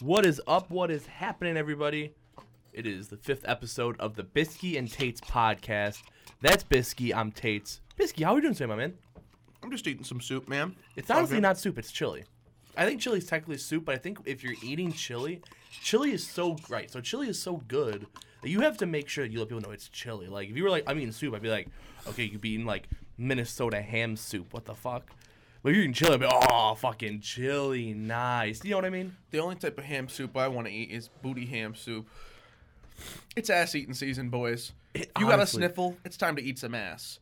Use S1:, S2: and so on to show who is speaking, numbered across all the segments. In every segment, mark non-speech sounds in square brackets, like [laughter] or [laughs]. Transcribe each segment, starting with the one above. S1: What is up? What is happening, everybody? It is the fifth episode of the Bisky and Tates podcast. That's Bisky. I'm Tates. Bisky, how are we doing today, my man?
S2: I'm just eating some soup, man.
S1: It's honestly
S2: Okay.
S1: not soup. It's chili. I think chili is technically soup, but I think if you're eating chili, chili is so great. So chili is so good that you have to make sure that you let people know it's chili. Like if you were like, I'm eating soup, I'd be like, okay, you'd be eating like Minnesota ham soup. What the fuck? But if you're eating chili, I'd be oh fucking chili, nice. You know what I mean?
S2: The only type of ham soup I want to eat is booty ham soup. It's ass eating season, boys.
S1: It-
S2: you got a
S1: honestly-
S2: sniffle, it's time to eat some ass.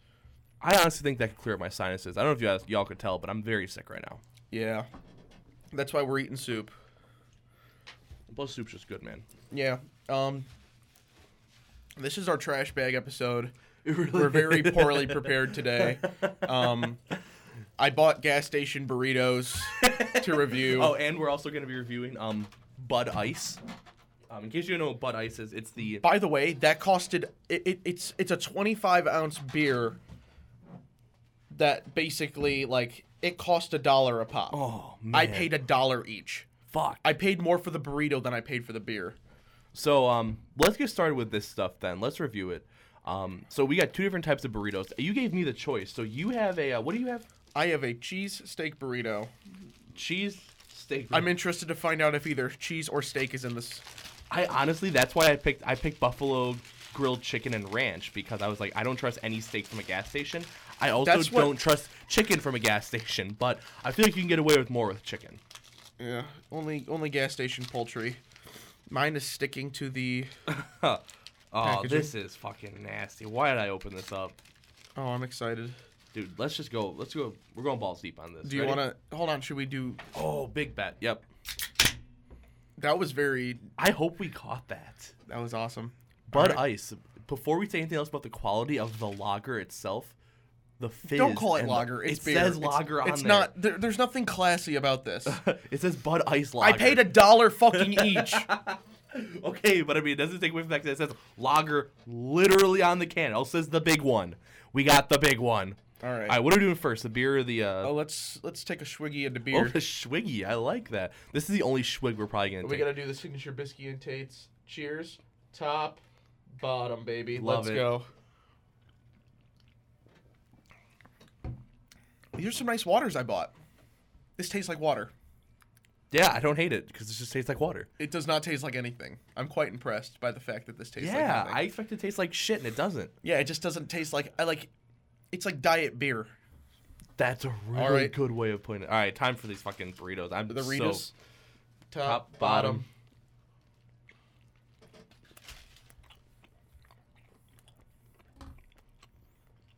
S1: I honestly think that could clear up my sinuses. I don't know if you guys, y'all could tell, but I'm very sick right now.
S2: Yeah. That's why we're eating soup.
S1: Plus, soup's just good, man.
S2: Yeah. Um This is our trash bag [laughs] episode.
S1: It really
S2: We're very poorly prepared [laughs] today. Um I bought gas station burritos to review.
S1: Oh, and we're also going to be reviewing um Bud Ice. Um, in case you don't know what Bud Ice is, it's the
S2: By the way, that costed it, it, it's it's a 25 ounce beer that basically like it cost a dollar a pop.
S1: oh man
S2: I paid a dollar each.
S1: fuck.
S2: I paid more for the burrito than I paid for the beer.
S1: So um, let's get started with this stuff then. Let's review it. Um, so we got two different types of burritos. You gave me the choice. So you have a uh, what do you have?
S2: I have a cheese steak burrito.
S1: Cheese steak.
S2: I'm interested to find out if either cheese or steak is in this.
S1: I honestly, that's why I picked I picked buffalo grilled chicken and ranch because I was like, I don't trust any steak from a gas station. I also
S2: That's what-
S1: don't trust chicken from a gas station, but I feel like you can get away with more with chicken. [laughs]
S2: Yeah, only only gas station poultry. Mine is sticking to the.
S1: Huh. Oh,
S2: Packaging.
S1: this is fucking nasty. Why did I open this up?
S2: Oh, I'm excited.
S1: Dude, let's just go. Let's go. We're going balls deep on this.
S2: Do you
S1: Ready?
S2: want to hold on? Should we do?
S1: Oh, big bet. Yep.
S2: That was very.
S1: I hope we caught that.
S2: That was awesome. All
S1: Bud
S2: right.
S1: Ice. Before we say anything else about the quality of the lager itself, the fizz.
S2: Don't call it
S1: and the-
S2: lager. It's
S1: it
S2: beer.
S1: says
S2: It's-
S1: lager on
S2: It's
S1: there.
S2: not. There, there's nothing classy
S1: [laughs]
S2: about this.
S1: it says Bud Ice lager.
S2: I paid a
S1: [laughs]
S2: dollar fucking each.
S1: Okay, but I mean, it doesn't take away from the fact that it says lager literally on the can. It also says the big one. We got the big one.
S2: All right.
S1: All right, what are we doing first? The beer or the. Uh,
S2: oh, let's let's take a swiggy of the
S1: oh,
S2: beer.
S1: the Schwiggy. I like that. This is the only Schwig we're probably going to
S2: we
S1: take.
S2: gotta do the signature biscuit and Tate's. Cheers, top, bottom, baby.
S1: Love
S2: let's
S1: it.
S2: go. These are some nice waters I bought. This tastes like water.
S1: Yeah, I don't hate it because it just tastes like water.
S2: It does not taste like anything. I'm quite impressed by the fact that this tastes like
S1: yeah,
S2: nothing.
S1: I expect it to taste like shit and it doesn't.
S2: yeah, it just doesn't taste like I like. It's like diet beer.
S1: That's a really
S2: right.
S1: good way of putting it. All right, time for these fucking burritos. I'm
S2: The
S1: so-
S2: Ritas.
S1: top, bottom.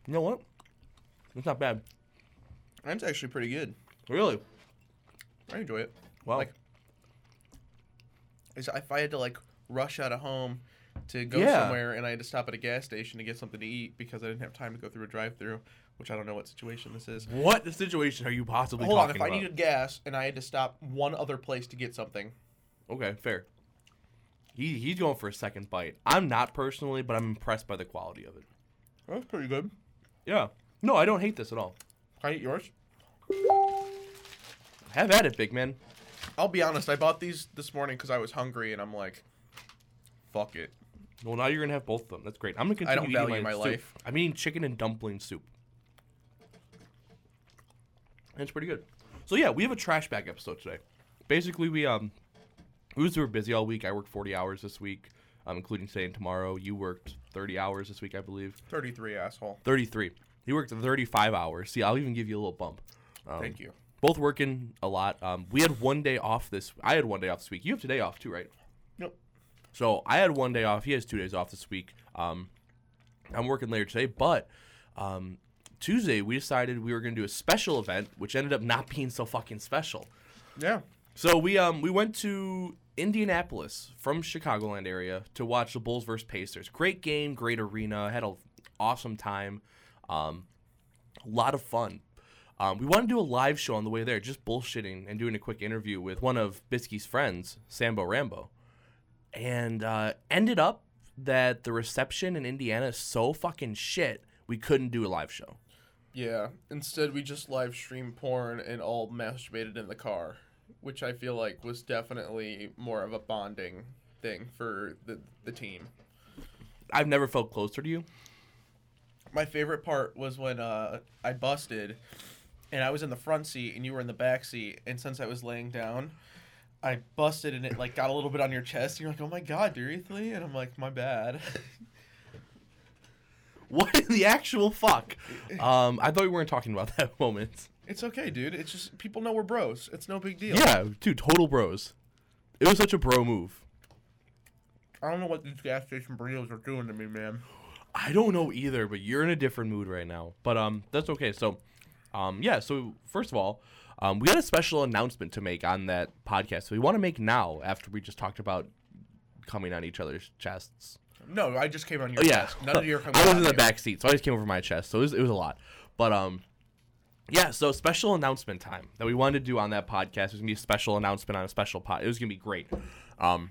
S1: You know what? It's not bad.
S2: Mine's actually pretty good.
S1: Really?
S2: I enjoy it.
S1: Wow.
S2: Like, is- if I had to like rush out of home to go
S1: Yeah.
S2: somewhere and I had to stop at a gas station to get something to eat because I didn't have time to go through a drive-through, which I don't know what situation this is.
S1: what situation are you possibly
S2: Hold on, if
S1: talking
S2: I
S1: about?
S2: needed gas and I had to stop one other place to get something,
S1: Okay, fair. He, he's going for a second bite. I'm not personally, but I'm impressed by the quality of it.
S2: that's pretty good.
S1: Yeah. No, I don't hate this at all.
S2: Can I eat yours?
S1: Have at it, big man.
S2: I'll be honest, I bought these this morning because I was hungry and I'm like, fuck it.
S1: Well, now you're gonna have both of them. That's great. I'm gonna continue.
S2: I don't
S1: eating
S2: value my
S1: soup.
S2: life.
S1: I'm eating chicken and dumpling soup. And it's pretty good. So yeah, we have a trash bag episode today. Basically, we um, we was super busy all week. I worked 40 hours this week, um, including today and tomorrow. You worked 30 hours this week, I believe.
S2: 33 asshole.
S1: 33. You worked 35 hours. See, I'll even give you a little bump. Um,
S2: Thank you.
S1: Both working a lot. Um, we had one day off this. I had one day off this week. You have today off too, right?
S2: Nope.
S1: So I had one day off. He has two days off this week. Um, I'm working later today, but um, Tuesday we decided we were going to do a special event, which ended up not being so fucking special.
S2: Yeah.
S1: So we um we went to Indianapolis from Chicagoland area to watch the Bulls versus Pacers. Great game, great arena. Had an awesome time. Um, a lot of fun. Um, we wanted to do a live show on the way there, just bullshitting and doing a quick interview with one of Bisky's friends, Sambo Rambo, and uh, ended up that the reception in Indiana is so fucking shit. We couldn't do a live show.
S2: Yeah. Instead, we just live stream porn and all masturbated in the car. which I feel like was definitely more of a bonding thing for the the team.
S1: I've never felt closer to you.
S2: My favorite part was when uh, I busted, and I was in the front seat and you were in the back seat. And since I was laying down, I busted and it like got a little bit on your chest. And you're like, "Oh my god, seriously?" And I'm like, "My bad." [laughs]
S1: What in the actual fuck? Um, I thought we weren't talking about [laughs] that moment.
S2: it's okay, dude. It's just people know we're bros. It's no big deal.
S1: Yeah, dude, total bros. It was such a bro move.
S2: I don't know what these gas station burritos are doing to me, man.
S1: I don't know either, but you're in a different mood right now. But um, that's okay. So, um, yeah. So first of all, um, we had a special announcement to make on that podcast. So we want to make now after we just talked about coming on each other's chests.
S2: No, I just came on your.
S1: Oh, yeah,
S2: desk. none of your.
S1: [laughs] I was in the back seat, so I just came over my chest. So it was, it was a lot, but um, yeah. So special announcement time that we wanted to do on that podcast it was gonna be a special announcement on a special pod. It was gonna be great, um,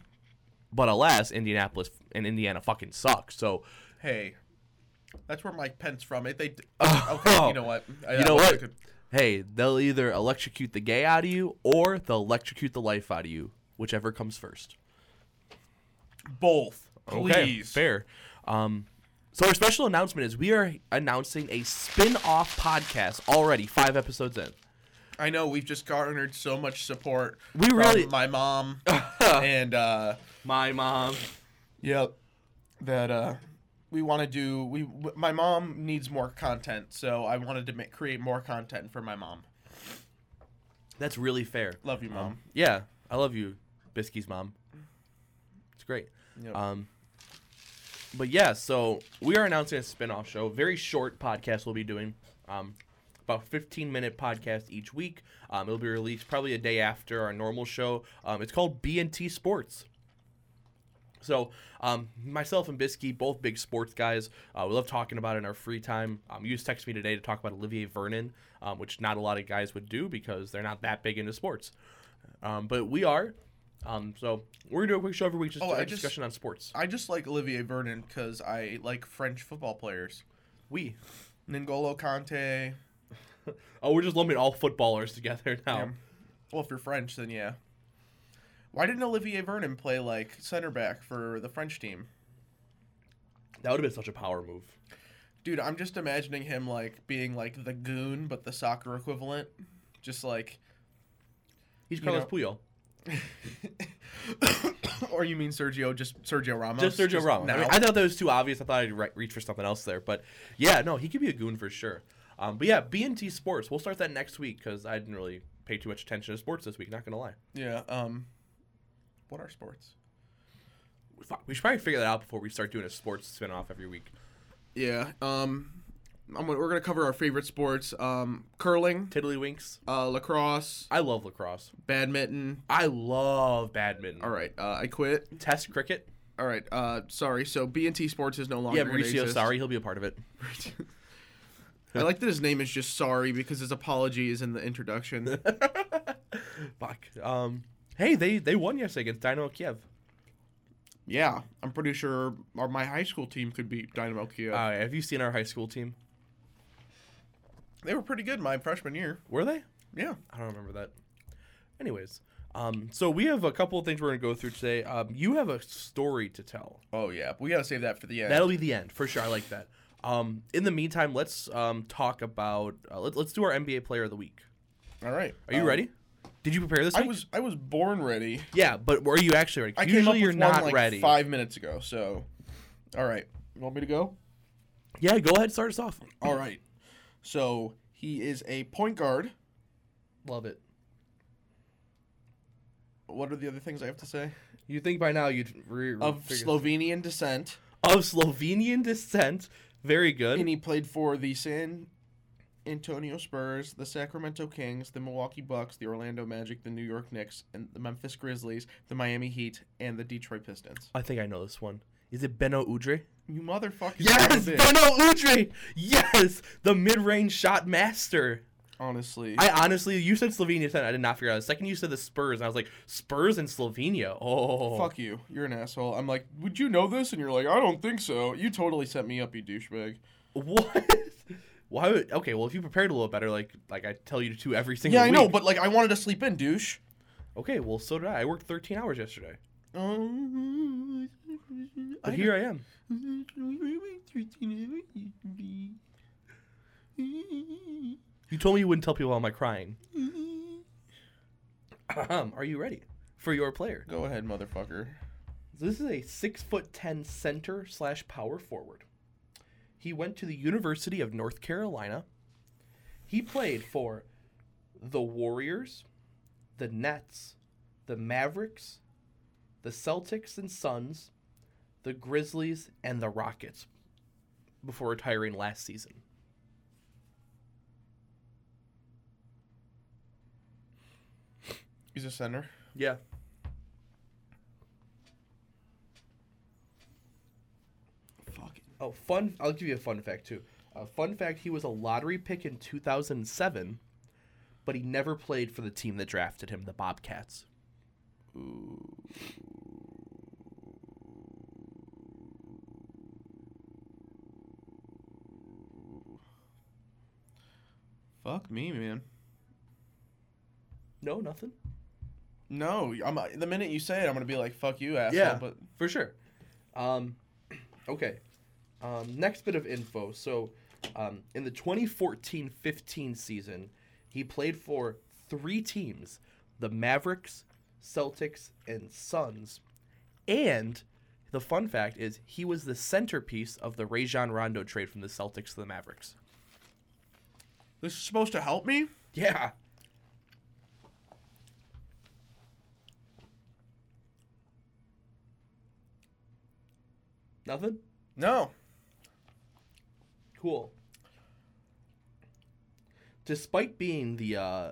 S1: but alas, Indianapolis and Indiana fucking suck. So
S2: Hey, that's where Mike Pence from. If they,
S1: Oh.
S2: okay, you know what? I-
S1: [laughs] you know
S2: I- I
S1: what?
S2: could-
S1: Hey, they'll either electrocute the gay out of you or they'll electrocute the life out of you, whichever comes first.
S2: Both,
S1: Okay,
S2: please.
S1: fair. Um, so our special announcement is we are announcing a spin-off podcast already, five episodes in.
S2: I know we've just garnered so much support.
S1: We
S2: from
S1: really- [laughs]
S2: my mom and uh,
S1: My mom.
S2: yep, that uh, we want to do. We w- my mom needs more content, so I wanted to make create more content for my mom.
S1: That's really fair.
S2: Love you, mom.
S1: Yeah, I love you, Bisky's mom. It's great.
S2: Yep.
S1: Um, but yeah, so we are announcing a spin-off show. Very short podcast we'll be doing. Um, about 15 minute podcast each week. Um, it'll be released probably a day after our normal show. Um, it's called B&T Sports. So, um, myself and Bisky, both big sports guys, uh, we love talking about it in our free time. Um, you just texted me today to talk about Olivier Vernon, um, which not a lot of guys would do because they're not that big into sports. Um, but we are. Um, so, we're going to do a quick show every week just
S2: Oh,
S1: a
S2: I just-
S1: discussion on sports.
S2: I just like Olivier Vernon because I like French football players.
S1: We.
S2: N'Golo Conte.
S1: Oh, we're just lumping all footballers [laughs] together now.
S2: Yeah. Well, if you're French, then yeah. Why didn't Olivier Vernon play like center back for the French team?
S1: That would have been such a power move.
S2: Dude, I'm just imagining him like being like the goon, but the soccer equivalent. Just like, [coughs]
S1: He's
S2: You
S1: Carlos
S2: know-
S1: Puyol.
S2: or you mean Sergio? Just Sergio Ramos.
S1: Just Sergio Ramos. I,
S2: now.
S1: mean, I thought that was too obvious. I thought I'd re- reach for something else there, but yeah, no, he could be a goon for sure. Um, but yeah, BNT Sports. We'll start that next week because I didn't really pay too much attention to sports this week. Not gonna lie.
S2: yeah. Um, what are sports?
S1: Fuck, we should probably figure that out before we start doing a sports spin off every week.
S2: Yeah. Um, I'm gonna, we're gonna cover our favorite sports: um, curling,
S1: Tiddlywinks.
S2: uh, lacrosse,
S1: I love lacrosse.
S2: badminton.
S1: I love badminton.
S2: All right, uh, I quit.
S1: Test cricket.
S2: All right, uh, sorry. So BNT Sports is no longer.
S1: Yeah,
S2: gonna
S1: Mauricio.
S2: exist.
S1: Sorry, he'll be a part of it.
S2: I like that his name is just sorry because his apology is in the [laughs] introduction.
S1: Fuck. Um. Hey, they they won yesterday against Dynamo Kiev.
S2: yeah, I'm pretty sure our, my high school team could beat Dynamo Kiev.
S1: Uh, have you seen our high school team?
S2: they were pretty good my freshman year.
S1: Were they?
S2: Yeah.
S1: I don't remember that. Anyways, um, so we have a couple of things we're gonna go through today. Um, you have a story to tell.
S2: Oh yeah, we gotta save that for the end.
S1: That'll be the end for sure. I like that. Um, in the meantime, let's um talk about uh, let, let's do our NBA player of the week.
S2: All right.
S1: Are you
S2: Um,
S1: ready? Did you prepare this?
S2: I
S1: week?
S2: was I was born ready.
S1: Yeah, but were you actually ready?
S2: I came up
S1: Usually
S2: with
S1: you're
S2: one,
S1: not
S2: like,
S1: ready.
S2: Five minutes ago. So, all right. You want me to go?
S1: Yeah, go ahead. Start us off.
S2: All right. So he is a point guard.
S1: Love it.
S2: What are the other things I have to say?
S1: You think by now you'd re- re-
S2: Of
S1: figure-
S2: Slovenian descent.
S1: of Slovenian descent. Very good.
S2: And he played for the San Antonio Spurs, the Sacramento Kings, the Milwaukee Bucks, the Orlando Magic, the New York Knicks, and the Memphis Grizzlies, the Miami Heat, and the Detroit Pistons.
S1: I think I know this one. Is it Benno Udre?
S2: You motherfucking son
S1: Yes,
S2: of a bitch.
S1: Beno Udre. Yes, the mid-range shot master.
S2: Honestly,
S1: I honestly, you said Slovenia. Then I did not figure it out. The second you said the Spurs, and I was like, Spurs and Slovenia. Oh,
S2: fuck you. You're an asshole. I'm like, would you know this? And you're like, I don't think so. You totally set me up, you douchebag.
S1: [laughs] What? Why would? Okay, well, if you prepared a little better, like like I tell you to every single.
S2: Yeah, I know,
S1: week.
S2: but like, I wanted to sleep in, douche.
S1: Okay, well, so did I. I worked 13 hours yesterday.
S2: Oh,
S1: But
S2: [laughs]
S1: here [laughs] I am. You told me you wouldn't tell people am I crying. Ahem, Are you ready for your player?
S2: Go ahead, motherfucker.
S1: So this is a six foot ten center slash power forward. He went to the University of North Carolina. He played for the Warriors, the Nets, the Mavericks, the Celtics and Suns, the Grizzlies, and the Rockets before retiring last season.
S2: He's a center.
S1: Yeah.
S2: Fuck it.
S1: Oh, fun! I'll give you a fun fact too. Uh, fun fact: He was a lottery pick in 2007, but he never played for the team that drafted him, the Bobcats.
S2: Fuck me, man.
S1: No, nothing.
S2: No, I'm the minute you say it, I'm gonna be like, "Fuck you, asshole." But
S1: for sure. Um, [clears throat] okay. Um, next bit of info. So, um, in the 2014-15 season, he played for three teams: the Mavericks, Celtics, and Suns. And the fun fact is, he was the centerpiece of the Rajon Rondo trade from the Celtics to the Mavericks.
S2: this is supposed to help me.
S1: Yeah. Nothing?
S2: No.
S1: Cool. Despite being the uh,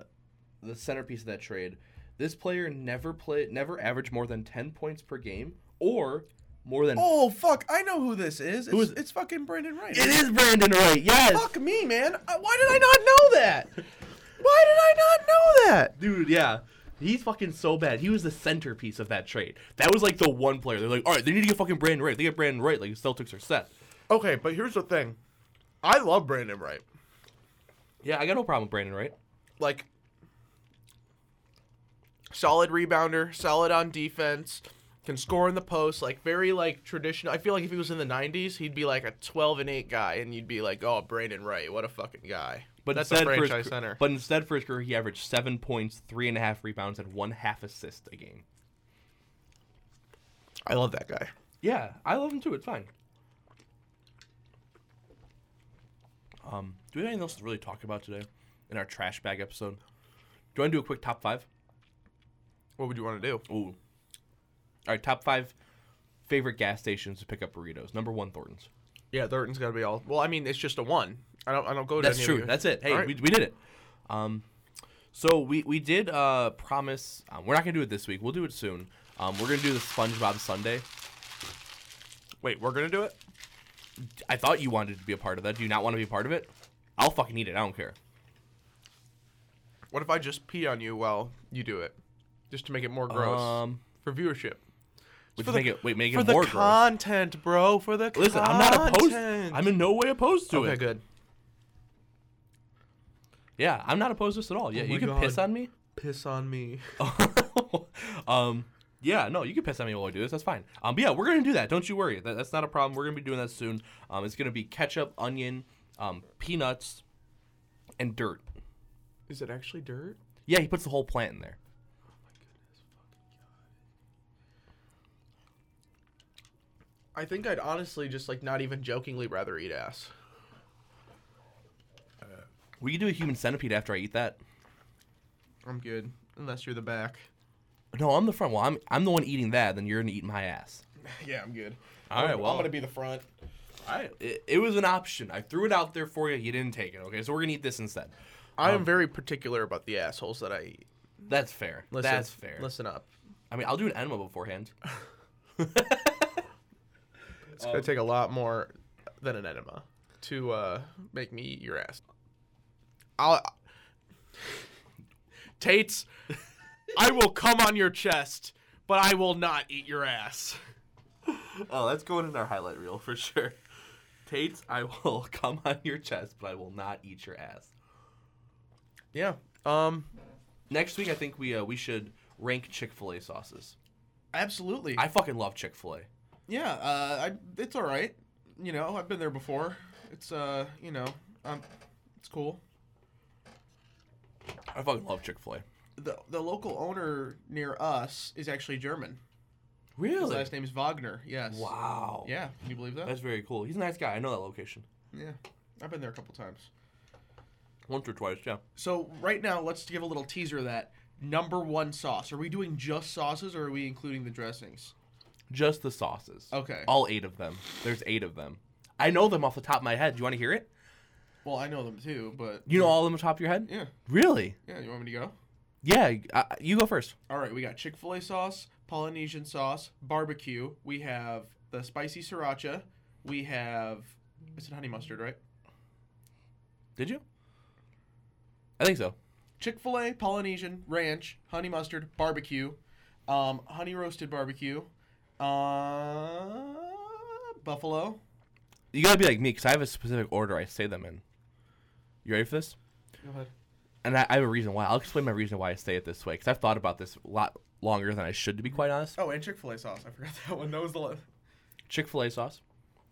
S1: the centerpiece of that trade, this player never play never averaged more than ten points per game or more than.
S2: Oh fuck! I know who this is. It's,
S1: is it?
S2: it's fucking Brandon Wright.
S1: It is Brandon Wright. Yes,
S2: Fuck me, man. I- Why did I not know that? Why did I not know that?
S1: dude. Yeah, he's fucking so bad. He was the centerpiece of that trade. That was like the one player. They're like, all right, they need to get fucking Brandon Wright. They get Brandon Wright. Like Celtics are set.
S2: Okay, but here's the thing. I love Brandon Wright.
S1: Yeah, I got no problem with Brandon Wright.
S2: Like solid rebounder, solid on defense, can score in the post, like very like traditional. I feel like if he was in the 90s, he'd be like a 12 and 8 guy and you'd be like, "Oh, Brandon Wright, what a fucking guy."
S1: But
S2: But that's a
S1: instead, for
S2: franchise
S1: his,
S2: center.
S1: But instead, for his career, he averaged seven points, three and a half rebounds, and one half assist a game.
S2: I love that guy.
S1: Yeah, I love him too. It's fine. Um, do we have anything else to really talk about today in our trash bag episode? Do you want to do a quick top five?
S2: What would you want to do?
S1: Ooh. All right, top five favorite gas stations to pick up burritos. Number one, Thornton's.
S2: Yeah, Thornton's got to be all. Well, I mean, it's just a one. I don't I don't go to
S1: That's
S2: any of
S1: true.
S2: your-
S1: That's it. Hey,
S2: All right.
S1: we, we did it. Um, so we we did uh, promise. Um, we're not gonna do it this week. We'll do it soon. Um, we're gonna do the SpongeBob Sunday.
S2: Wait, we're going to do it?
S1: I thought you wanted to be a part of that. Do you not want to be a part of it? I'll fucking eat it. I don't care.
S2: What if I just pee on you while you do it, just to make it more gross
S1: Um,
S2: for viewership?
S1: Would you
S2: For the-
S1: make it wait make
S2: for
S1: it
S2: the
S1: more gross?
S2: content, bro. For the
S1: Listen, I'm
S2: content.
S1: not opposed. I'm in no way opposed to
S2: okay,
S1: it.
S2: good.
S1: Yeah, I'm not opposed to this at all. Yeah,
S2: Oh
S1: you
S2: my
S1: can
S2: God.
S1: piss on me.
S2: Piss on me. [laughs]
S1: [laughs] um, yeah, no, you can piss at me while I do this. That's fine. Um, but yeah, we're gonna do that. Don't you worry. That, that's not a problem. We're gonna be doing that soon. Um, it's gonna be ketchup, onion, um, peanuts, and dirt.
S2: Is it actually dirt?
S1: Yeah, he puts the whole plant in there.
S2: I think I'd honestly just like not even jokingly rather eat ass.
S1: We can do a human centipede after I eat that.
S2: I'm good, unless you're the back. [laughs]
S1: No, I'm the front. Well, I'm I'm the one eating that. Then you're gonna eat my ass.
S2: yeah, I'm good.
S1: All right,
S2: I'm,
S1: well. um,
S2: I'm gonna be the front.
S1: I it, it was an option. I threw it out there for you. You didn't take it. Okay, so we're gonna eat this instead.
S2: I am very particular about the assholes that I eat.
S1: That's fair.
S2: Listen,
S1: That's fair.
S2: Listen up.
S1: I mean, I'll do an enema beforehand.
S2: It's gonna take a lot more than an enema to uh, make me eat your ass. I'll Tates, I will come on your chest, but I will not eat your ass.
S1: Oh, that's going in our highlight reel for sure. [laughs] Tate's, I will [laughs] come on your chest, but I will not eat your ass.
S2: Yeah. Um.
S1: Next week, I think we uh, we should rank Chick Fil A sauces.
S2: Absolutely.
S1: I fucking love Chick Fil A.
S2: yeah, uh, I, it's all right. You know, I've been there before. It's uh, you know, um, it's cool.
S1: I fucking love Chick Fil A.
S2: The the local owner near us is actually German. His
S1: Really?
S2: last name is Wagner. Yes.
S1: Wow.
S2: Yeah. Can you believe that?
S1: That's very cool. He's a nice guy. I know that location.
S2: yeah. I've been there a couple times.
S1: Once or twice, yeah.
S2: So right now, let's give a little teaser of that number one sauce. Are we doing just sauces, or are we including the dressings?
S1: Just the sauces.
S2: Okay.
S1: All eight of them. There's eight of them. I know them off the top of my head. Do you want to hear it?
S2: Well, I know them too, but
S1: You know all of them off the top of your head?
S2: yeah,
S1: Really?
S2: yeah. You want me to go?
S1: Yeah. Uh, you go first.
S2: All right, we got Chick Fil A sauce, Polynesian sauce, barbecue. We have the spicy sriracha. We have I said honey mustard, right?
S1: Did you? I think so.
S2: Chick Fil A, Polynesian, ranch, honey mustard, barbecue, um, honey roasted barbecue, uh, buffalo.
S1: You gotta be like me because I have a specific order I say them in. You ready for this?
S2: Go ahead.
S1: And I, I have a reason why. I'll explain my reason why I say it this way because I've thought about this a lot longer than I should, to be quite honest.
S2: Oh, and Chick Fil A sauce. I forgot [laughs] that one. That was the last.
S1: Chick fil A sauce,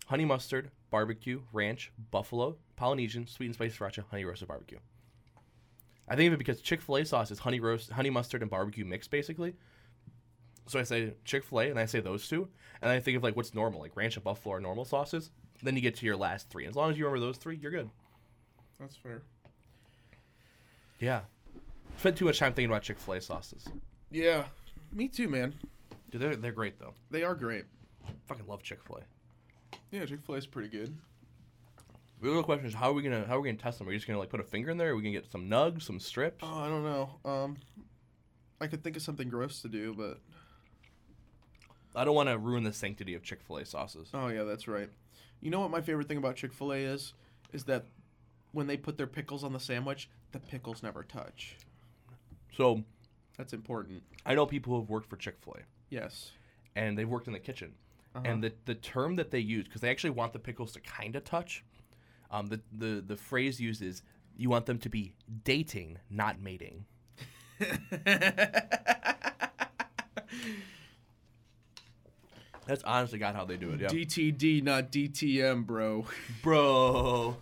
S1: honey mustard, barbecue, ranch, buffalo, Polynesian, sweet and spicy sriracha, honey roasted barbecue. I think of it because Chick fil A sauce is honey roast, honey mustard, and barbecue mixed, basically. So I say Chick fil A and I say those two. And I think of like what's normal, like ranch and buffalo are normal sauces. Then you get to your last three. As long as you remember those three, you're good.
S2: That's fair.
S1: Yeah. Spent too much time thinking about Chick fil A sauces.
S2: Yeah, me too, man.
S1: Dude, they're, they're great though.
S2: They are great.
S1: Fucking love Chick fil A.
S2: Yeah, Chick Fil A is pretty good.
S1: The real question is how are we gonna how are we gonna test them? Are we just gonna like put a finger in there? Are we gonna get some nugs, some strips?
S2: Oh, I don't know. Um, I could think of something gross to do, but
S1: I don't want to ruin the sanctity of Chick Fil A sauces.
S2: oh yeah, that's right. You know what my favorite thing about Chick Fil A is? Is that when they put their pickles on the sandwich, the pickles never touch.
S1: So
S2: That's important.
S1: I know people who have worked for Chick Fil A
S2: [laughs] Yes.
S1: and they've worked in the kitchen, and the the term that they use because they actually want the pickles to kind of touch. Um, the the the phrase used is you want them to be dating, not mating. That's honestly God how they do it. Yeah,
S2: DTD, not DTM, bro. [laughs]
S1: bro.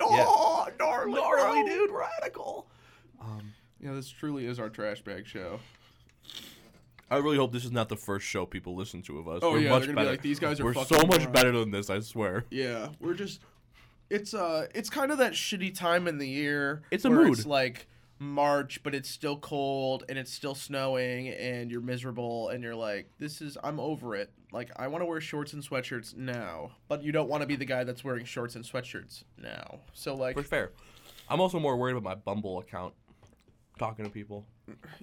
S2: No,
S1: Yeah.
S2: gnarly,
S1: Gnarly
S2: bro.
S1: dude, radical.
S2: Yeah, this truly is our trash bag show.
S1: I really hope this is not the first show people listen to of us.
S2: Oh,
S1: We're
S2: yeah,
S1: much
S2: they're gonna be
S1: better.
S2: like, "These guys are
S1: We're
S2: fucking
S1: so much
S2: morons."
S1: better than this. I swear.
S2: Yeah, we're just it's uh it's kind of that shitty time in the year.
S1: It's a
S2: where
S1: mood.
S2: It's like March, but it's still cold and it's still snowing and you're miserable and you're like, this is I'm over it. Like I want to wear shorts and sweatshirts now, but you don't want to be the guy that's wearing shorts and sweatshirts now. So like,
S1: For fair. I'm also more worried about my Bumble account, talking to people,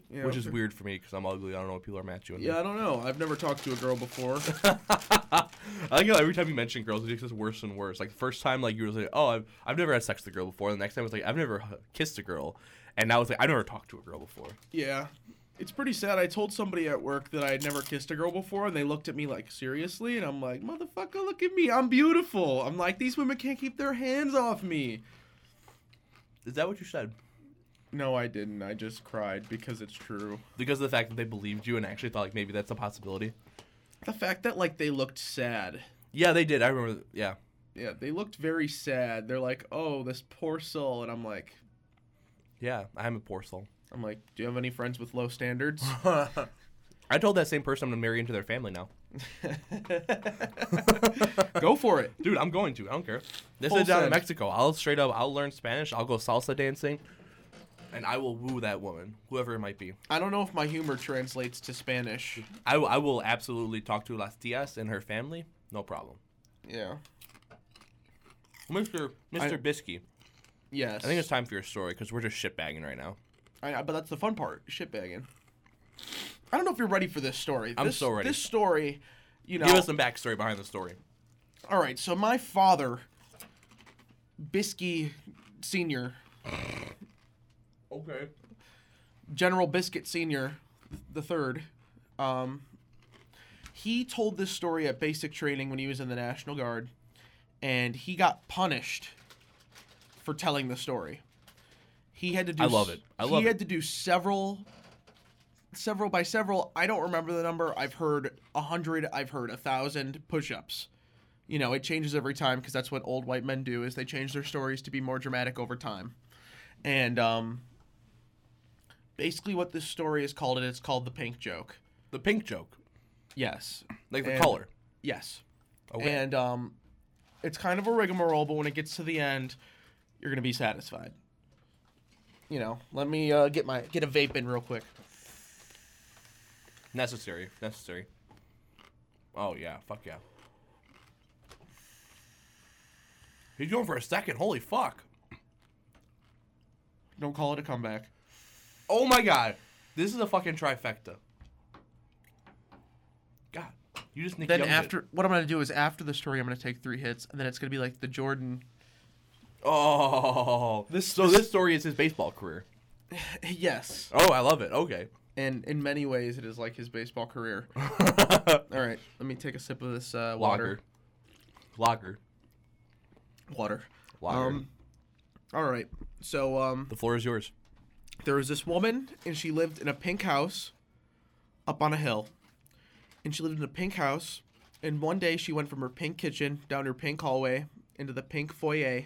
S2: you know,
S1: which is weird for me because I'm ugly. I don't know what people are matching.
S2: Yeah, I don't know. I've never talked to a girl before.
S1: [laughs] I like how every time you mention girls, it just gets worse and worse. Like the first time, like you were like, "Oh, I've, I've never had sex with a girl before." The next time it was like, "I've never h- kissed a girl," and now it's like, "I've never talked to a girl before."
S2: Yeah. It's pretty sad. I told somebody at work that I had never kissed a girl before, and they looked at me like, seriously? And I'm like, motherfucker, look at me. I'm beautiful. I'm like, these women can't keep their hands off me.
S1: Is that what you said?
S2: No, I didn't. I just cried because it's true.
S1: Because of the fact that they believed you and actually thought like maybe that's a possibility.
S2: The fact that, like, they looked sad.
S1: Yeah, they did. I remember. Yeah,
S2: Yeah, they looked very sad. They're like, oh, this poor soul. And I'm like,
S1: yeah. I'm a poor soul.
S2: I'm like, do you have any friends with low
S1: [laughs]
S2: standards?
S1: I told that same person I'm gonna marry into their family
S2: [laughs]
S1: now.
S2: Go for it.
S1: Dude, I'm going to. I don't care. This
S2: Full
S1: is down in
S2: send.
S1: Mexico. I'll straight up. I'll learn Spanish. I'll go salsa dancing, and I will woo that woman, whoever it might be.
S2: I don't know if my humor translates to Spanish.
S1: I, w- I will absolutely talk to las tias and her family. No problem.
S2: Yeah.
S1: Mister Mister Biskey,
S2: Yes.
S1: I think it's time for your story because we're just shitbagging right now.
S2: I, I- but that's the fun part, shitbagging. I don't know if you're ready for this story.
S1: I'm
S2: this,
S1: so ready.
S2: This story, you know.
S1: Give us some backstory behind the story.
S2: all right, so my father, Bisky Senior,
S1: Okay.
S2: General Biscuit Senior, the third, um, he told this story at basic training when he was in the National Guard, and he got punished for telling the story. He had to do.
S1: I love
S2: s-
S1: it. I love
S2: He
S1: it.
S2: had to do several several by several. I don't remember the number. I've heard a hundred. I've heard a thousand push-ups. You know, it changes every time because that's what old white men do: is they change their stories to be more dramatic over time. And um, basically, what this story is called, and it's called the pink joke.
S1: The pink joke,
S2: Yes,
S1: like the
S2: And-
S1: color.
S2: yes.
S1: Okay.
S2: And um, it's kind of a rigmarole, but when it gets to the end, you're gonna be satisfied. You know, let me uh, get my get a vape in real quick.
S1: necessary, necessary. Oh yeah, fuck yeah. He's going for a second. Holy fuck!
S2: Don't call it a comeback.
S1: Oh my god, this is a fucking trifecta. God, you just nicked.
S2: Then after what I'm gonna do is after the story, I'm gonna take three hits, and then it's gonna be like the Jordan.
S1: Oh, this. So this story is his baseball career.
S2: [laughs] yes,
S1: Oh, I love it.
S2: [laughs]
S1: Okay.
S2: and in many ways, it is like his baseball [laughs] career. All right, let me take a sip of this uh,
S1: Lager.
S2: water.
S1: Lager.
S2: Water.
S1: Lager.
S2: Um, all right. So um,
S1: the floor is yours.
S2: there was this woman, and she lived in a pink house up on a hill. And she lived in a pink house. And one day she went from her pink kitchen down her pink hallway into the pink foyer,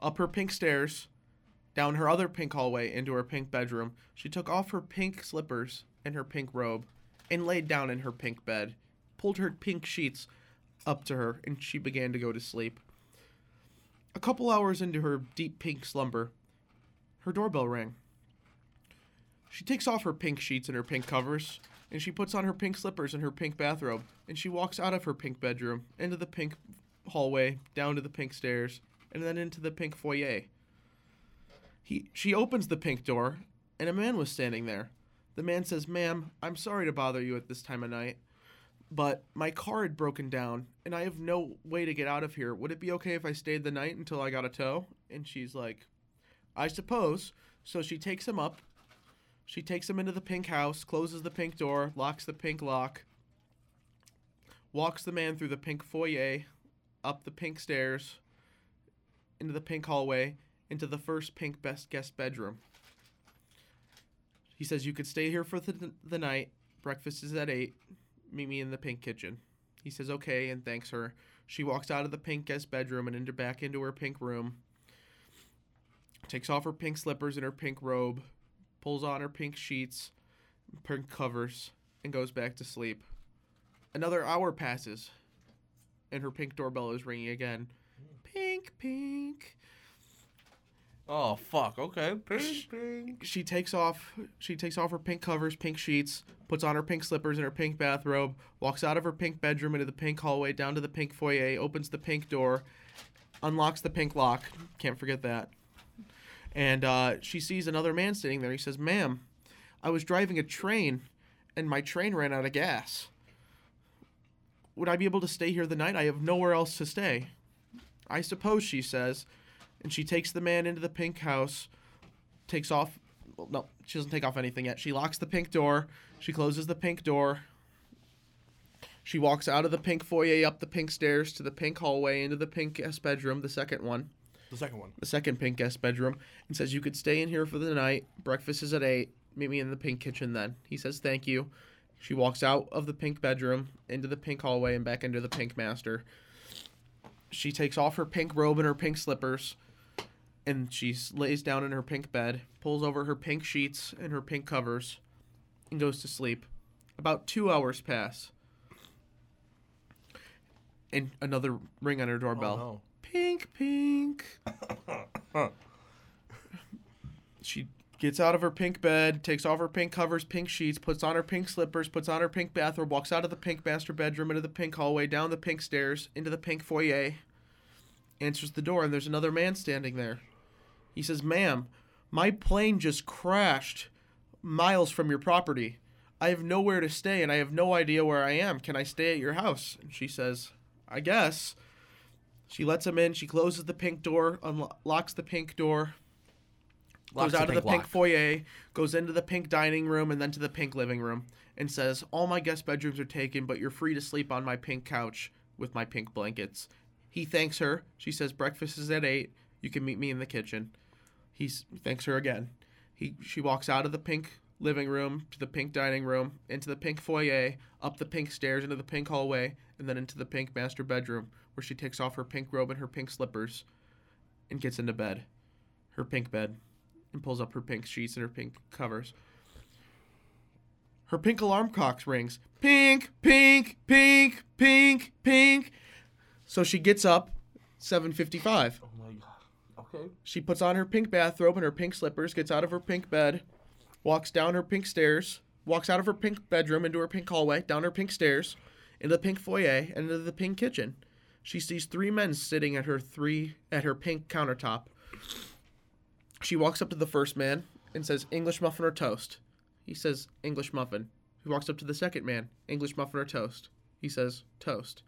S2: up her pink stairs, down her other pink hallway into her pink bedroom. She took off her pink slippers and her pink robe and laid down in her pink bed, pulled her pink sheets up to her, and she began to go to sleep. A couple hours into her deep pink slumber, her doorbell rang. She takes off her pink sheets and her pink covers, and she puts on her pink slippers and her pink bathrobe, and she walks out of her pink bedroom, into the pink hallway, down to the pink stairs, and then into the pink foyer. He, she opens the pink door, and a man was standing there. The man says, Ma'am, I'm sorry to bother you at this time of night, but my car had broken down, and I have no way to get out of here. Would it be okay if I stayed the night until I got a tow? And she's like, I suppose. So she takes him up, she takes him into the pink house, closes the pink door, locks the pink lock, walks the man through the pink foyer, up the pink stairs, into the pink hallway, into the first pink best guest bedroom. He says, You could stay here for the, the night. Breakfast is at 8. Meet me in the pink kitchen. He says, Okay, and thanks her. She walks out of the pink guest bedroom and into back into her pink room. Takes off her pink slippers and her pink robe, pulls on her pink sheets, pink covers, and goes back to sleep. Another hour passes, and her pink doorbell is ringing again. Pink, pink.
S1: Oh fuck. Okay. Ping, ping.
S2: She takes off. She takes off her pink covers, pink sheets, puts on her pink slippers and her pink bathrobe, walks out of her pink bedroom into the pink hallway, down to the pink foyer, opens the pink door, unlocks the pink lock. Can't forget that. And uh, she sees another man sitting there. He says, "Ma'am, I was driving a train, and my train ran out of gas. Would I be able to stay here the night? I have nowhere else to stay." I suppose she says, and she takes the man into the pink house, takes off. Well, no, she doesn't take off anything yet. She locks the pink door. She closes the pink door. She walks out of the pink foyer, up the pink stairs to the pink hallway, into the pink guest bedroom, the second one
S1: The second one.
S2: the second pink guest bedroom and says you could stay in here for the night breakfast is at 8 meet me in the pink kitchen then he says thank you she walks out of the pink bedroom into the pink hallway and back into the pink master she takes off her pink robe and her pink slippers and she s- lays down in her pink bed pulls over her pink sheets and her pink covers and goes to sleep about two hours pass and another ring on her doorbell
S1: Oh, no.
S2: pink pink [laughs] she gets out of her pink bed takes off her pink covers pink sheets puts on her pink slippers puts on her pink bathrobe walks out of the pink master bedroom into the pink hallway down the pink stairs into the pink foyer answers the door and there's another man standing there he says ma'am my plane just crashed miles from your property i have nowhere to stay and i have no idea where i am can i stay at your house and she says i guess she lets him in. She closes the pink door, unlocks the pink door,
S1: Locks
S2: goes out of the pink
S1: lock.
S2: foyer, goes into the pink dining room, and then to the pink living room, and says, "All my guest bedrooms are taken, but you're free to sleep on my pink couch with my pink blankets." He thanks her. She says, "Breakfast is at eight. You can meet me in the kitchen." He s- thanks her again. He she walks out of the pink living room to the pink dining room, into the pink foyer, up the pink stairs, into the pink hallway, and then into the pink master bedroom, where she takes off her pink robe and her pink slippers and gets into bed. Her pink bed. And pulls up her pink sheets and her pink covers. Her pink alarm clock rings. Pink, pink, pink, pink, pink. So she gets up 755.
S3: Oh my god. Okay.
S2: She puts on her pink bathrobe and her pink slippers, gets out of her pink bed, walks down her pink stairs, walks out of her pink bedroom into her pink hallway, down her pink stairs, into the pink foyer, and into the pink kitchen. She sees three men sitting at her three at her pink countertop. She walks up to the first man and says, "English muffin or toast?" He says, "English muffin." She walks up to the second man, "English muffin or toast?" He says, "Toast."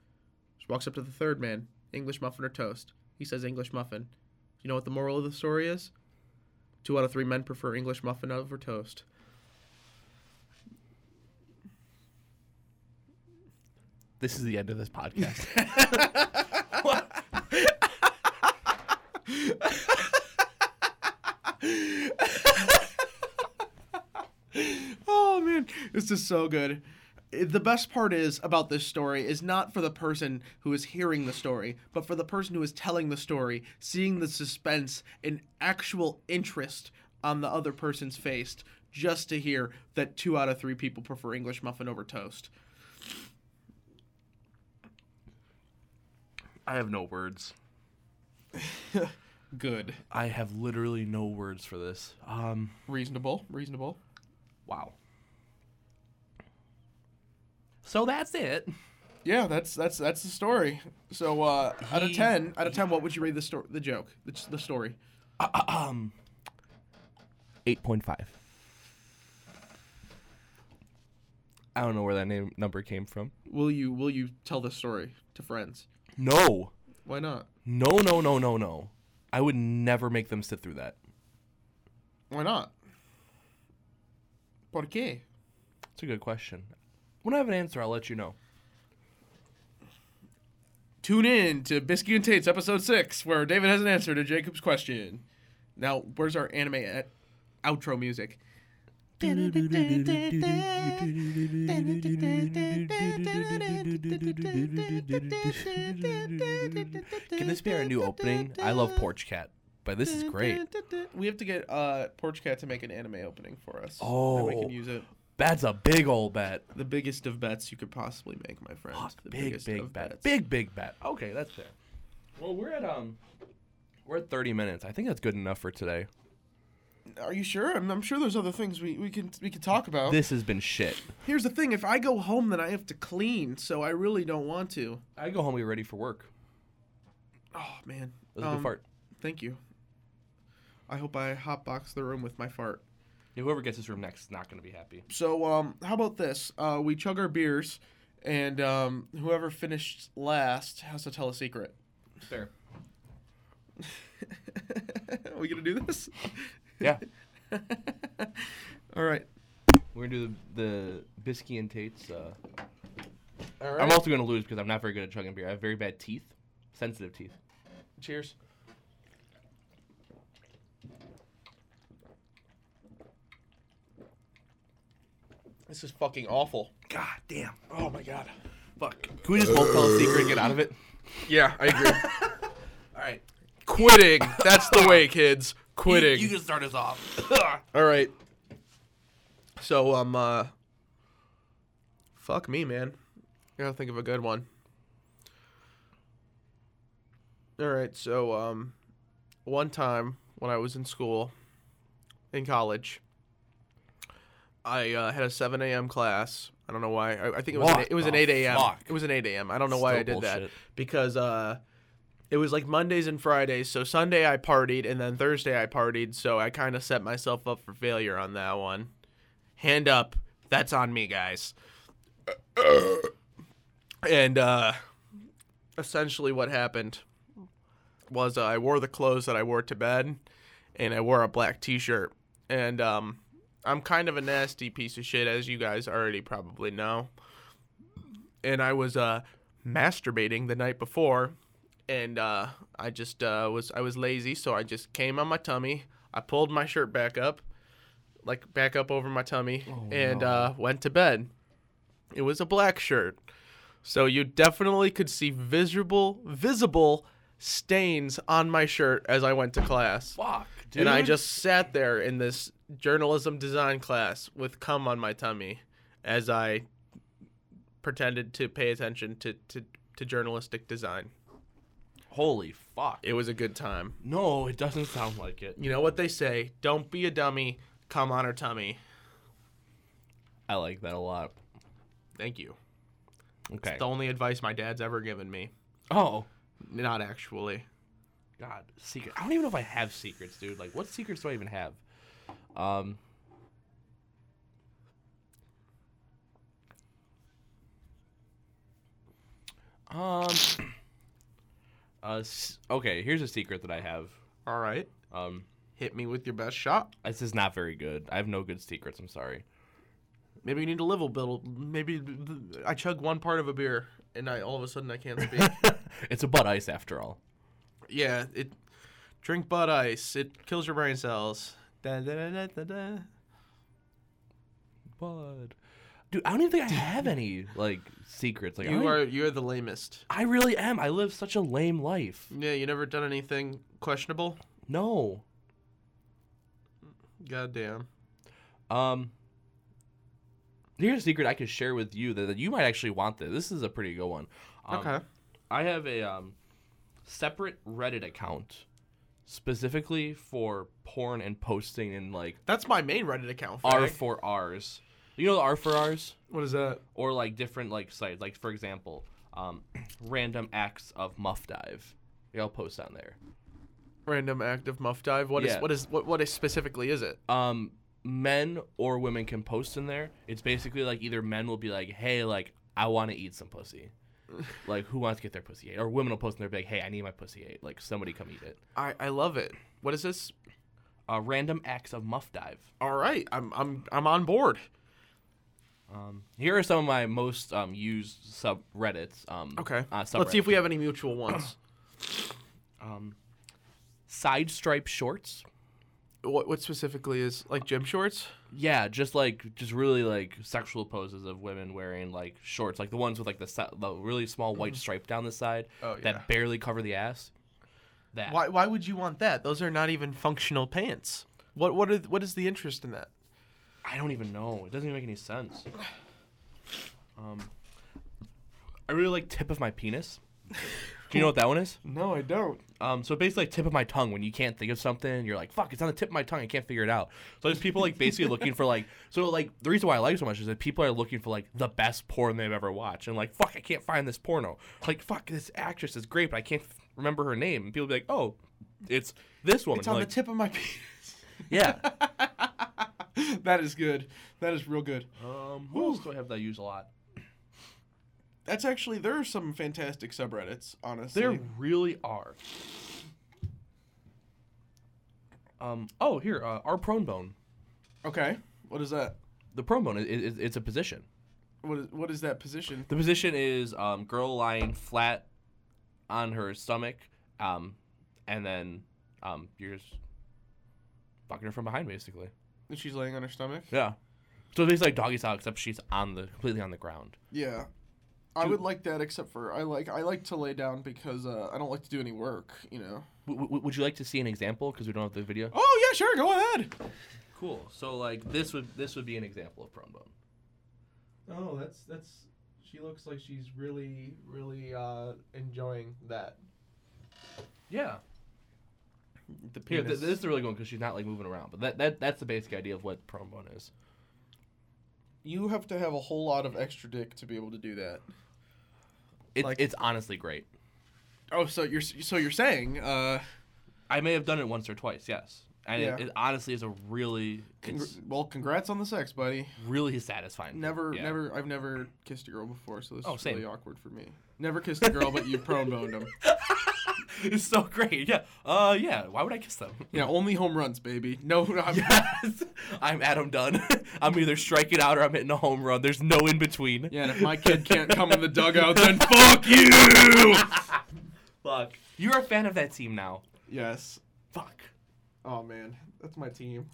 S2: She walks up to the third man, "English muffin or toast?" He says, "English muffin." Do you know what the moral of the story is? Two out of three men prefer English muffin over toast.
S1: This is the end of this podcast.
S2: Oh man, this is so good. Eh, The best part is about this story is not for the person who is hearing the story, but for the person who is telling the story, seeing the suspense and actual interest on the other person's face just to hear that two out of three people prefer English muffin over toast.
S1: [laughs] I have no words.
S2: Good.
S1: I have literally no words for this. Um,
S2: Reasonable. Reasonable.
S1: wow. So that's it.
S2: Yeah, that's that's that's the story. So uh, out of
S1: He-
S2: ten, out of ten, what would you rate the story? The joke, the, the story.
S1: Um, eight point five. I don't know where that name number came from.
S2: Will you will you tell the story to friends?
S1: No,
S2: Why not?
S1: no, no, no, no, no. I would never make them sit through that.
S2: Why not? Por qué?
S1: It's a good question. When I have an answer, I'll let you know.
S2: Tune in to Biscuit and Tate's episode six, where David has an answer to Jacob's question. Now, where's our anime at outro music?
S1: Can this be our new opening? I love Porch Cat, but this is great.
S2: We have to get uh, Porch Cat to make an anime opening for us. then we
S1: Oh.
S2: can use it.
S1: That's a big old bet.
S2: The biggest of bets you could possibly make, my friend. the
S1: big,
S2: biggest
S1: big
S2: of
S1: bet.
S2: bets.
S1: Big, big bet. Okay, that's fair. Well, we're at um, we're at 30 minutes. I think that's good enough for today.
S2: Are you sure? I'm, I'm sure there's other things we, we can we can talk about.
S1: This has been shit.
S2: Here's the thing: if I go home, then I have to clean, so I really don't want to.
S1: I go home and be ready for work.
S2: Oh man,
S1: That was a
S2: Um,
S1: good fart.
S2: Thank you. I hope I hotbox the room with my fart.
S1: Yeah, whoever gets this room next is not going to be happy.
S2: So, um, how about this? Uh, we chug our beers, and um, whoever finished last has to tell a secret. [laughs]
S1: Fair.
S2: we gonna do this?
S1: Yeah,
S2: All right.
S1: [laughs] we're gonna do the, the Bisky and Tate's. Uh,
S2: All
S1: I'm also gonna lose because I'm not very good at chugging beer. I have very bad teeth, sensitive teeth.
S2: Cheers. This is fucking awful.
S1: God damn.
S2: Oh my god.
S1: Fuck. Can we just both tell a secret and get out of it?
S2: Yeah, I agree. [laughs]
S1: All right.
S2: Quitting. That's the way, kids.
S1: You,
S2: Quitting.
S1: you can start us off.
S2: All right. So um uh fuck me, man. I gotta think of a good one. All right, so um one time when I was in school in college, I uh, had a 7 a.m. class. I don't know why. I, I think it was an,
S1: What
S2: it was an
S1: the
S2: 8 a.m.
S1: fuck?
S2: It was an 8 a.m. I don't know why I
S1: Still
S2: did that
S1: bullshit.
S2: because uh it was like Mondays and Fridays. So Sunday I partied and then Thursday I partied. So I kind of set myself up for failure on that one. Hand up. That's on me, guys. [coughs] And uh essentially what happened was uh, I wore the clothes that I wore to bed and I wore a black t-shirt and um I'm kind of a nasty piece of shit as you guys already probably know and I was uh, masturbating the night before, and uh, I just uh, was I was lazy, so I just came on my tummy. I pulled my shirt back up, like back up over my tummy,
S1: Oh,
S2: and
S1: no.
S2: uh, went to bed. It was a black shirt, so you definitely could see visible visible stains on my shirt as I went to class.
S1: [laughs] Fuck, dude.
S2: And I just sat there in this journalism design class with cum on my tummy as I pretended to pay attention to, to, to journalistic design.
S1: holy fuck.
S2: It was a good time.
S1: No, it doesn't sound like it.
S2: You know what they say don't be a dummy, cum on her tummy.
S1: I like that a lot.
S2: Thank you.
S1: Okay.
S2: The only advice my dad's ever given me.
S1: Oh.
S2: Not actually.
S1: God, secret. I don't even know if I have secrets, dude. Like, what secrets do I even have? Um. Um. [clears throat] Uh, s- okay, here's a secret that I have.
S2: All right.
S1: Um,
S2: Hit me with your best shot.
S1: this is not very good. I have no good secrets. I'm sorry. [laughs]
S2: Maybe you need to live a little. Maybe I chug one part of a beer and I all of a sudden
S1: [laughs]
S2: I can't speak.
S1: it's a Bud Ice after all.
S2: Yeah, it drink Bud Ice. It kills your brain cells. Da, da, da, da, da, da.
S1: Bud. Dude, I don't even think I have any like secrets. Like I,
S2: You
S1: don't-
S2: are you are the lamest.
S1: I really am. I live such a lame life.
S2: Yeah, you never done anything questionable.
S1: No.
S2: Goddamn.
S1: Um, here's a secret I could share with you that, that you might actually want this. This is a pretty good one. Um,
S2: okay.
S1: I have a um, separate Reddit account specifically for porn and posting and like
S2: That's my main Reddit account.
S1: R
S2: fag.
S1: for R's. You know the R for R's?
S2: What is that?
S1: Or like different like sites. Like for example, um, [clears throat] random acts of muff dive. Yeah, I'll post on there.
S2: Random active muff dive. What is
S1: Yeah.
S2: what is what what is specifically is it?
S1: um men or women can post in there it's basically like either men will be like hey like i want to eat some
S2: [laughs]
S1: pussy like who wants to get their pussy ate or women will post in there be like hey i need my pussy ate like somebody come eat it
S2: I I love it. What is this?
S1: uh, random acts of muff dive
S2: All right, I'm I'm I'm on board.
S1: um, here are some of my most um, used subreddits um,
S2: Okay.
S1: uh,
S2: Let's see if
S1: subreddits.
S2: we have any mutual ones. [clears throat]
S1: um, side stripe shorts
S2: what what specifically is like gym shorts?
S1: yeah just like just really like sexual poses of women wearing like shorts like the ones with like the, si- the really small white stripe down the side
S2: Mm-hmm. Oh, yeah.
S1: that barely cover the ass that
S2: Why, why would you want that? Those are not even functional pants. What what is, what is the interest in that?
S1: I don't even know. It doesn't even make any sense. Um, I really like tip of my penis. Do you know what that one is?
S2: No, I don't.
S1: Um, so basically, like tip of my tongue. When you can't think of something, you're like, "Fuck, it's on the tip of my tongue. I can't figure it out." So there's people like basically looking for like, so like the reason why I like it so much is that people are looking for like the best porn they've ever watched, and like, "Fuck, I can't find this porno." Like, "Fuck, this actress is great, but I can't f- remember her name." And people be like, "Oh, it's this woman."
S2: It's on
S1: Like,
S2: the tip of my [laughs] penis. [laughs]
S1: yeah.
S2: that is good. That is real good.
S1: um, who else do I have that I use a lot?
S2: That's actually there are some fantastic subreddits, honestly.
S1: There really are. Um. Oh, here, uh, our prone bone.
S2: Okay. What is that?
S1: The prone bone is, is it's a position.
S2: What is, what is that position?
S1: The position is um, girl lying flat on her stomach, um, and then um, you're just fucking her from behind, basically.
S2: That She's laying on her stomach.
S1: Yeah. So it's basically like doggy style, except she's on the completely on the ground.
S2: Yeah. I would like that except for I like I like to lay down because uh, I don't like to do any work, you know.
S1: W- w- would you like to see an example? Because we don't have the video.
S2: Oh yeah, sure, go ahead.
S1: Cool. So like this would this would be an example of prone bone.
S2: Oh, that's that's. She looks like she's really, really uh, enjoying that.
S1: Yeah.
S2: The
S1: Here,
S2: penis.
S1: th- this is a really good because she's not like moving around. But that, that that's the basic idea of what prone bone is.
S2: you have to have a whole lot of extra dick to be able to do that.
S1: It,
S2: Like-
S1: it's honestly great.
S2: Oh, so you're so you're saying? Uh,
S1: I may have done it once or twice, yes. And it,
S2: Yeah.
S1: it honestly is a really
S2: congr-
S1: it's
S2: well, congrats on the sex, buddy.
S1: really satisfying.
S2: Never,
S1: Yeah.
S2: never. I've never kissed a girl before, so this
S1: Oh,
S2: is
S1: same.
S2: really awkward for me. Never kissed a girl, but [laughs] you prone boned them.
S1: [laughs] it's so great. Yeah. Uh. Yeah. Why would I kiss them?
S2: Yeah, only home runs, baby. No, [laughs] no, I'm, yeah.
S1: [laughs] Yes. I'm Adam Dunn. [laughs] I'm either striking out or I'm hitting a home run. There's no in between.
S2: And if my kid can't come
S1: [laughs]
S2: in the dugout, then fuck you.
S1: Fuck. You're a fan of that team now.
S2: yes.
S1: Fuck.
S2: Oh man, that's my team.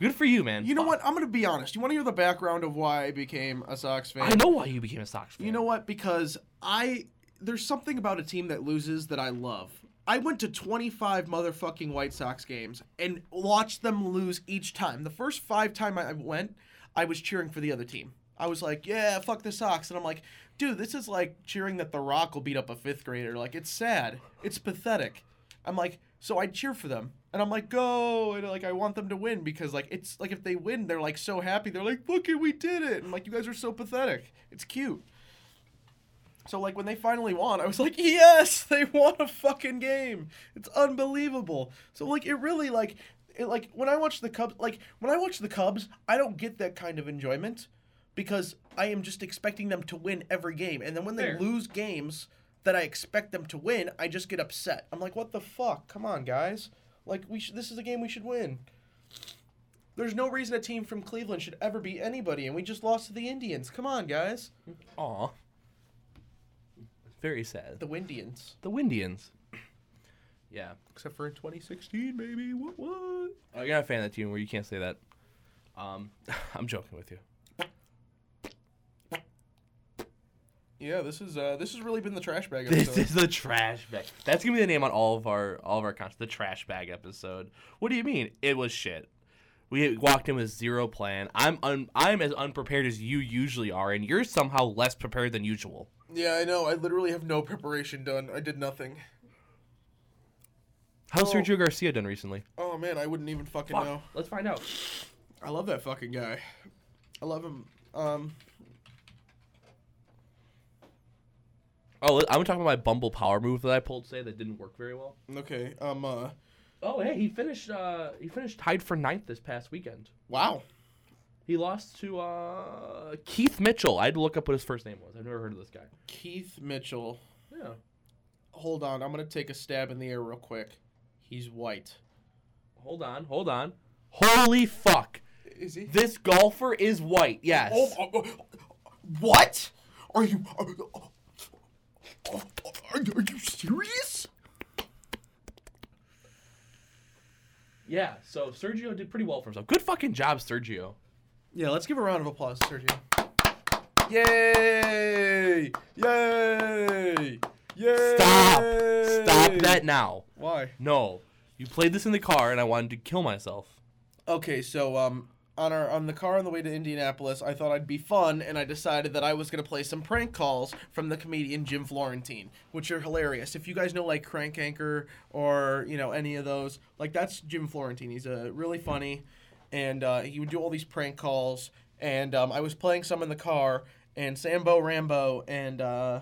S1: Good for you, man.
S2: You know what? I'm gonna be honest. You want to hear the background of why I became a Sox fan?
S1: I know why you became a Sox fan.
S2: You know what? Because I there's something about a team that loses that I love. I went to 25 motherfucking White Sox games and watched them lose each time. The first five time I I went, I was cheering for the other team. I was like, yeah, fuck the Sox. And I'm like, dude, this is like cheering that The Rock will beat up a fifth grader. Like, it's sad. It's pathetic. I'm like, so I cheer for them. And I'm like, go. And like, I want them to win because, like, it's like if they win, they're like so happy. They're like, look it, we did it. And like, you guys are so pathetic. It's cute. So, like, when they finally won, I was like, yes, [laughs] they won a fucking game. It's unbelievable. So, like, it really, like, it, like when I watch the Cubs, like, when I watch the Cubs, I don't get that kind of enjoyment because I am just expecting them to win every game. And then when they
S1: Fair.
S2: lose games that I expect them to win, I just get upset. I'm like, what the fuck? Come on, guys. Like, we should, this is a game we should win. There's no reason a team from Cleveland should ever beat anybody, and we just lost to the Indians. Come on, guys.
S1: Aw. Very sad. The,
S2: The Windians.
S1: Windians. [clears throat] Yeah.
S2: except for in 2016, maybe. What? What?
S1: Oh, you're not a fan of that team where you can't say that. Um, [laughs] I'm joking with you.
S2: Yeah, this is uh, this has really been the trash bag.
S1: [laughs] This
S2: episode.
S1: is the trash bag. That's gonna be the name on all of our all of our content. The trash bag episode. What do you mean? It was shit. We walked in with zero plan. I'm un- I'm as unprepared as you usually are, and you're somehow less prepared than usual.
S2: [laughs] yeah, I know. I literally have no preparation done. I did nothing.
S1: How's
S2: Oh.
S1: Sergio Garcia done recently?
S2: Oh man, I wouldn't even fucking
S1: Fuck,
S2: know.
S1: Let's find out.
S2: I love that fucking guy. I love him. Um,
S1: Oh, I'm talking about my Bumble power move that I pulled today that didn't work very well.
S2: okay. Um, uh,
S1: Oh, hey, he finished. Uh, he finished tied for ninth this past weekend.
S2: wow.
S1: He lost to uh, Keith Mitchell. I had to look up what his first name was. I've never heard of this guy.
S2: Keith Mitchell.
S1: Yeah.
S2: Hold on, I'm gonna take a stab in the air real quick. He's white.
S1: Hold on. Hold on. Holy fuck!
S2: Is he?
S1: This golfer is white. Yes.
S2: Oh, oh, oh, what? Are you are, are, are you serious?
S1: Yeah. So Sergio did pretty well for himself. Good fucking job, Sergio.
S2: Yeah, let's give a round of applause to Sergio. Yay! Yay! Yay!
S1: Stop. Stop that now.
S2: Why?
S1: No. You played this in the car, and I wanted to kill myself.
S2: Okay, so um on our on the car on the way to Indianapolis, I thought I'd be fun and I decided that I was going to play some prank calls from the comedian Jim Florentine, which are hilarious. If you guys know like Crank Anchor or, you know, any of those, like that's Jim Florentine. He's a really funny and uh, he would do all these prank calls and um, I was playing some in the car and Sambo Rambo and uh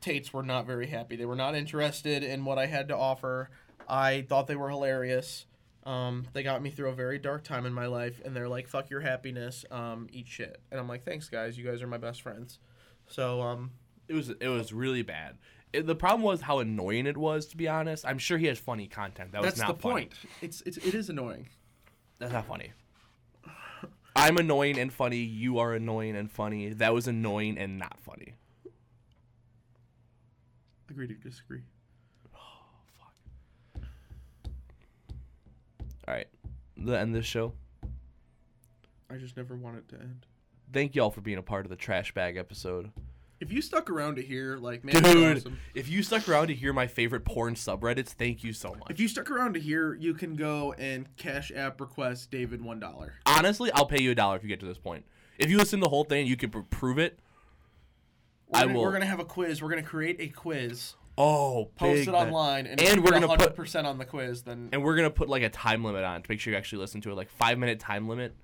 S2: Tates were not very happy. They were not interested in what I had to offer. I thought they were hilarious. Um, they got me through a very dark time in my life, and they're like, "Fuck your happiness, um, eat shit." And I'm like, "Thanks, guys. You guys are my best friends." So, um,
S1: It was it was really bad. It- the problem was how annoying it was. To be honest, I'm sure he has funny content. That
S2: that's
S1: was not
S2: the
S1: funny.
S2: point. It's, it's it is annoying.
S1: That's not funny. I'm annoying and funny. You are annoying and funny. That was annoying and not funny.
S2: Agree to disagree.
S1: All right, the end of this show.
S2: I just never want it to end.
S1: Thank y'all for being a part of the trash bag episode,
S2: If you stuck around to hear, like, man, you're
S1: dude.
S2: awesome.
S1: If you stuck around to hear my favorite porn subreddits, thank you so much.
S2: If you stuck around to hear, you can go and cash app request David one dollar.
S1: Honestly, I'll pay you a dollar if you get to this point. If you listen to the whole thing, you can pr- prove it.
S2: We're
S1: I
S2: gonna-
S1: will-
S2: We're gonna have a quiz. We're gonna create a quiz.
S1: Oh,
S2: post
S1: big
S2: it
S1: man.
S2: online and,
S1: And
S2: if
S1: we're
S2: you're
S1: gonna put-
S2: 100% on the quiz then
S1: and we're gonna put like a time limit on it to make sure you actually listen to it, like five minute time limit,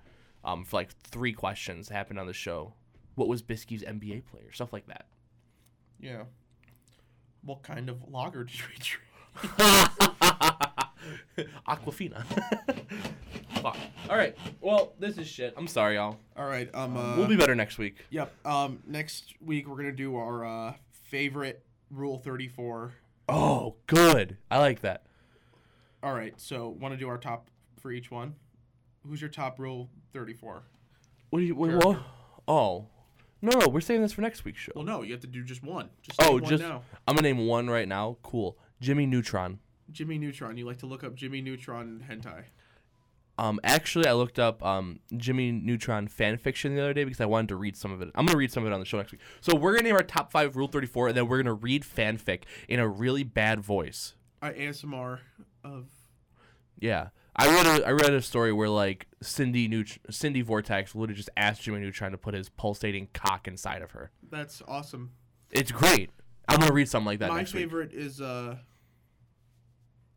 S1: um, for like three questions that happened on the show. What was Biscuit's NBA player? Stuff like that. [laughs]
S2: yeah what kind of lager did you drink
S1: Aquafina. [laughs] Fuck. All right. Well, this is shit. I'm sorry, y'all.
S2: all right um, uh,
S1: We'll be better next week.
S2: yep um next week we're gonna do our uh favorite rule 34
S1: Oh, good. I like that.
S2: all right so want to do our top for each one who's your top rule 34
S1: What do you? Wait,
S2: Character.
S1: what? Oh, no, no. We're saving this for next week's show.
S2: well no you have to do just one just
S1: Oh,
S2: name one
S1: just
S2: now.
S1: I'm gonna name one right now. Cool. Jimmy Neutron.
S2: jimmy neutron you like to look up jimmy neutron hentai
S1: Um, actually, I looked up um, Jimmy Neutron fan fiction the other day because I wanted to read some of it. I'm gonna read some of it on the show next week. So we're gonna name our top five Rule Thirty Four, and then we're gonna read fanfic in a really bad voice.
S2: I ASMR of
S1: Yeah, I read a, I read a story where like Cindy Neut- Cindy Vortex literally just asked Jimmy Neutron to put his pulsating cock inside of her.
S2: that's awesome.
S1: It's great. I'm gonna read something like that
S2: My
S1: next week.
S2: favorite is uh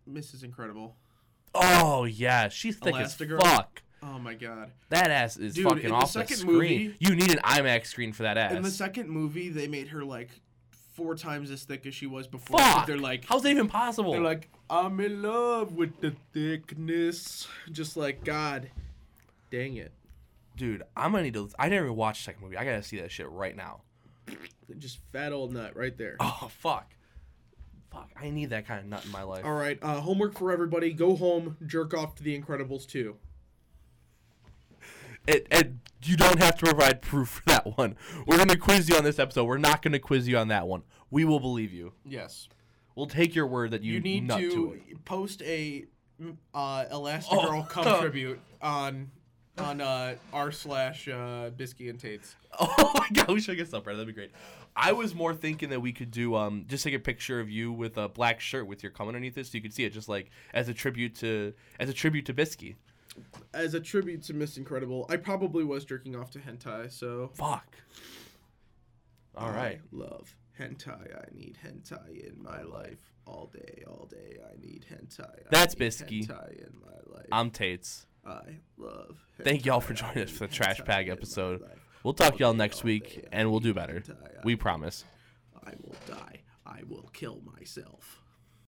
S2: Mrs. Incredible.
S1: Oh yeah, she's thick
S2: Elastigirl?
S1: as fuck.
S2: Oh my god.
S1: That ass is
S2: Dude,
S1: fucking
S2: in the
S1: off the,
S2: second
S1: screen.
S2: movie-
S1: you need an IMAX screen for that ass.
S2: In the second movie they made her like four times as thick as she was before.
S1: fuck.
S2: They're like
S1: how's that even possible?
S2: they're like I'm in love with the thickness. Just like god dang it.
S1: Dude, I'm gonna need to. I never even watched the second movie. I gotta see that shit right now.
S2: Just fat old nut right there.
S1: Oh fuck, fuck. I need that kind of nut in my life.
S2: All right, uh, homework for everybody. Go home, jerk off to The Incredibles 2.
S1: And, and you don't have to provide proof for that one. We're gonna quiz you on this episode. We're not gonna quiz you on that one. We will believe you.
S2: Yes.
S1: We'll take your word that you,
S2: You need
S1: nut
S2: to,
S1: to, it. [laughs]
S2: post a mm, uh, Elastigirl
S1: Oh. [laughs]
S2: cum tribute on on uh, r slash uh, Bisky and Tate's.
S1: Oh my god, we should get supper. That'd be great. I was more thinking that we could do um just take a picture of you with a black shirt with your cum underneath it, so you could see it, just like as a tribute to as a tribute to Bisky.
S2: As a tribute to Miss Incredible, I probably was jerking off to hentai, so.
S1: Fuck. All right.
S2: I love hentai. I need hentai in my life. All day, all day, I need hentai. I
S1: That's
S2: need
S1: Bisky.
S2: Hentai in my life.
S1: I'm Tates.
S2: I love hentai.
S1: Thank y'all for joining us for the trash bag episode. We'll talk y'all next week, and we'll do better. We promise.
S2: I will die. I will kill myself.